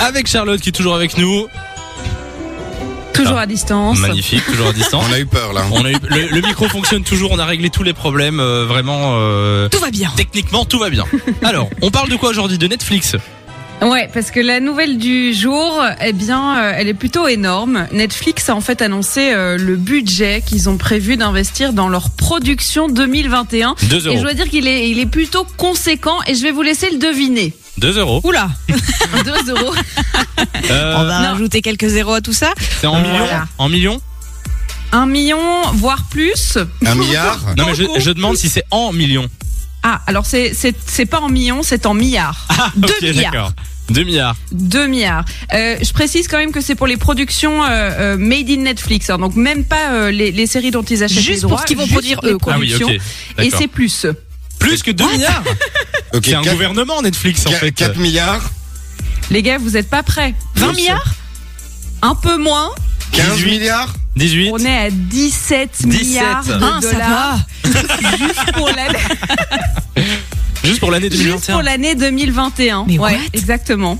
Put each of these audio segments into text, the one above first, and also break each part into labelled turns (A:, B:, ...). A: avec Charlotte qui est toujours avec nous.
B: Toujours à distance.
A: Ah, Magnifique, toujours à distance.
C: On a eu peur là.
A: On a eu- le, le micro fonctionne toujours, on a réglé tous les problèmes, euh, vraiment. euh,
B: Tout va bien.
A: Techniquement, tout va bien. Alors, on parle de quoi aujourd'hui De Netflix.
B: Ouais, parce que la nouvelle du jour, eh bien, euh, elle est plutôt énorme. Netflix a en fait annoncé euh, le budget qu'ils ont prévu d'investir dans leur production 2021.
A: 2
B: Et je
A: euros.
B: dois dire qu'il est, il est plutôt conséquent et je vais vous laisser le deviner.
A: 2 euros.
B: Oula 2 euros.
A: Euh,
D: On va
B: non.
D: rajouter quelques zéros à tout ça.
A: c'est en millions
D: Voilà.
A: En millions
B: Un million, voire plus.
A: Ah.
C: Un milliard
A: Non, mais je, je demande si c'est en millions.
B: Ah, alors c'est, c'est, c'est pas en millions, c'est en milliards. Deux
A: Ah, Ok,
B: milliards.
A: d'accord. 2 milliards.
B: 2 milliards. Euh, je précise quand même que c'est pour les productions euh, euh, made in Netflix, hein, donc même pas euh, les, les séries dont ils achètent les
D: Juste
B: droits.
D: pour ce qu'ils vont
B: juste
D: produire
B: les
D: eux, quoi.
A: Ah oui,
B: productions.
A: ok.
B: Et
A: D'accord.
B: c'est plus.
A: Plus que 2 milliards
C: Ok,
A: C'est un
C: 4,
A: gouvernement Netflix en fait.
C: milliards,
B: Les gars, vous êtes pas prêts
D: 20 milliards
B: Un peu moins.
C: 15
A: 18.
C: milliards
A: 18
B: On est à 17,
A: 17.
B: milliards de
D: Hein, ça
B: dollars
D: va.
B: pour l'année-
A: Juste pour l'année
B: juste
A: 2021.
B: pour l'année 2021.
D: Mais
B: ouais,
D: what
B: exactement.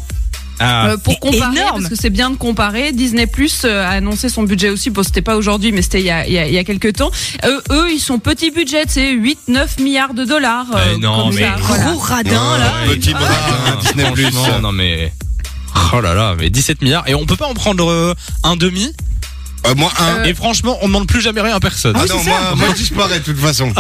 A: Ah.
B: Euh, pour
D: c'est
B: comparer,
D: énorme.
B: parce que c'est bien de comparer, Disney Plus euh, a annoncé son budget aussi. Bon, c'était pas aujourd'hui, mais c'était il y a, il y a- il y a quelques temps. Euh, eux, ils sont petit budget, c'est 8-9 milliards de dollars. euh,
A: Eh non,
B: comme
A: mais
B: ça,
A: gros
B: voilà.
D: Gros radin,
C: Ouais.
D: là.
A: Ah,
C: Petit
A: il-
C: bras,
A: Ah,
C: hein, Disney+.
A: franchement, Non mais. Oh là là, mais 17 milliards. Et on peut pas en prendre euh, un demi.
C: Euh, Moi, un.
A: Et franchement, on demande plus jamais rien à personne.
C: Ah non, moi, moi je disparais de toute façon.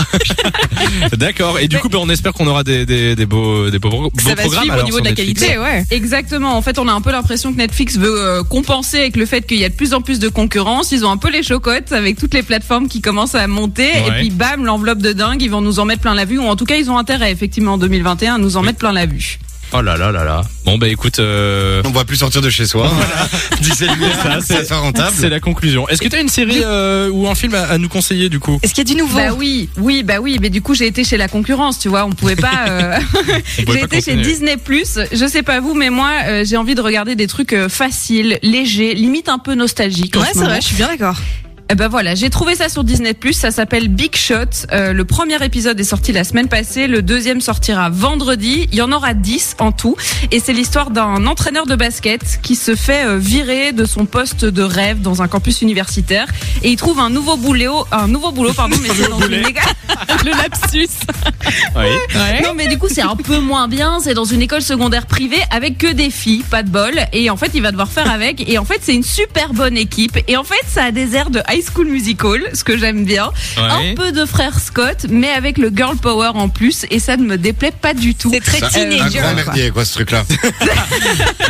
A: D'accord. Et du coup, ben, on espère qu'on aura des, des, des beaux, des beaux, beaux
D: Ça va
A: programmes.
D: suivre au
A: alors,
D: niveau
A: sur
D: de la
A: Netflix.
D: qualité, ouais.
B: Exactement. En fait, on a un peu l'impression que Netflix veut euh, compenser avec le fait qu'il y a de plus en plus de concurrence. Ils ont un peu les chocottes avec toutes les plateformes qui commencent à monter. Et
A: Ouais.
B: puis, bam, l'enveloppe de dingue. Ils vont nous en mettre plein la vue. Ou en tout cas, ils ont intérêt, effectivement, en 2021, à nous en mettre plein la vue.
A: Oh là là là là. Bon, bah écoute, euh,
C: On va plus sortir de chez soi. 17 milliards,
A: Ça,
C: ça,
A: c'est-
C: sera rentable.
A: c'est la conclusion. Est-ce que t'as une série euh, ou un film à, à nous conseiller du coup
D: Est-ce qu'il y a du nouveau
B: Bah oui, oui, bah oui. Mais du coup, j'ai été chez la concurrence, tu vois. On pouvait pas. euh,
A: On pouvait
B: J'ai
A: pas
B: été chez
A: continuer.
B: Disney Plus. Je sais pas vous, mais moi, euh, j'ai envie de regarder des trucs euh, faciles, légers, limite un peu nostalgiques. en
D: Ouais,
B: ce
D: c'est
B: moment.
D: vrai, je suis bien d'accord.
B: Eh ben voilà, j'ai trouvé ça sur Disney Plus. Ça s'appelle Big Shot. Euh, le premier épisode est sorti la semaine passée. Le deuxième sortira vendredi. Il y en aura 10 en tout. Et c'est l'histoire d'un entraîneur de basket qui se fait euh, virer de son poste de rêve dans un campus universitaire et il trouve un nouveau boulot, un nouveau boulot, pardon, mais c'est dans une
A: Boulet.
B: méga- le lapsus.
A: Oui.
B: Non, mais du coup, c'est un peu moins bien. C'est dans une école secondaire privée avec que des filles, pas de bol. Et en fait, il va devoir faire avec. Et en fait, c'est une super bonne équipe. Et en fait, ça a des airs de High School Musical, ce que j'aime bien.
A: Ouais.
B: Un peu de frère Scott, mais avec le girl power en plus. Et ça ne me déplaît pas du tout.
D: C'est très
C: Ça- euh, un
D: teenager.
C: grand
D: quoi.
C: merdier, quoi, ce truc-là.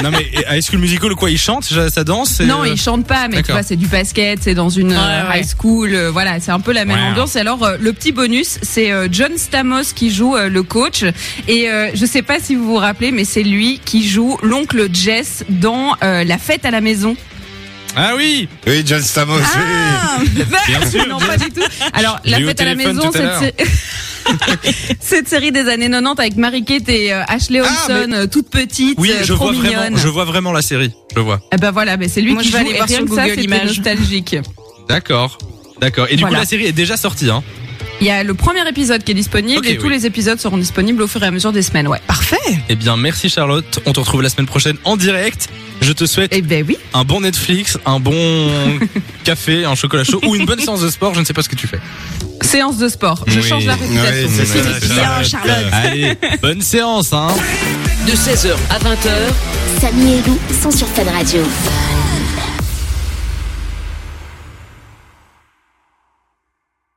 A: Non mais et High School Musical quoi, ils chantent, ça ça danse. et,
B: Non,
A: euh,
B: ils chantent pas, mais tu
A: D'accord.
B: vois, c'est du basket, c'est dans une euh,
D: Ouais, ouais.
B: high school, euh, voilà, c'est un peu la même
A: Ouais.
B: ambiance. Et alors, euh, le petit bonus, c'est euh, John Stamos qui joue euh, le coach. Et euh, je sais pas si vous vous rappelez, mais c'est lui qui joue l'oncle Jess dans euh, La fête à la maison.
A: Ah oui.
C: Oui, John Stamos. oui.
D: Ah,
A: Bien sûr,
B: non, pas du tout. Alors,
A: Je
B: La
A: l'ai eu au
B: fête à la
A: téléphone
B: maison,
A: tout à
B: cette,
A: l'heure.
B: sé- cette série des années 90 avec Marie-Kate et euh, Ashley Olsen,
A: Ah,
B: euh, toute petite,
A: Oui,
B: euh,
A: je vois
B: trop mignonne.
A: vraiment, je vois vraiment la série. Je le vois.
B: Eh ben voilà, mais c'est lui
D: Moi,
B: qui
D: je
B: joue
D: vais aller
B: et
D: voir
B: rien
D: sur
B: que ça,
D: Google
B: c'était
D: Images.
B: nostalgique.
A: D'accord. D'accord. Et du coup,
B: Voilà.
A: la série est déjà sortie, hein
B: Il y a le premier épisode qui est disponible
A: Ok,
B: et tous
A: oui.
B: les épisodes seront disponibles au fur et à mesure des semaines, ouais.
D: parfait.
A: Eh bien, merci Charlotte. On te retrouve la semaine prochaine en direct. Je te souhaite
B: Eh ben oui.
A: un bon Netflix, un bon café, un chocolat chaud ou une bonne séance de sport. Je ne sais pas ce que tu fais.
B: Séance de sport. Je
A: Oui.
B: change la
C: Oui,
B: réputation.
C: c'est ça,
D: Bien,
C: c'est ça.
D: Charlotte.
A: Allez, bonne séance, hein
E: De 16h à 20h,
F: Samy et Lou sont sur Fan Radio.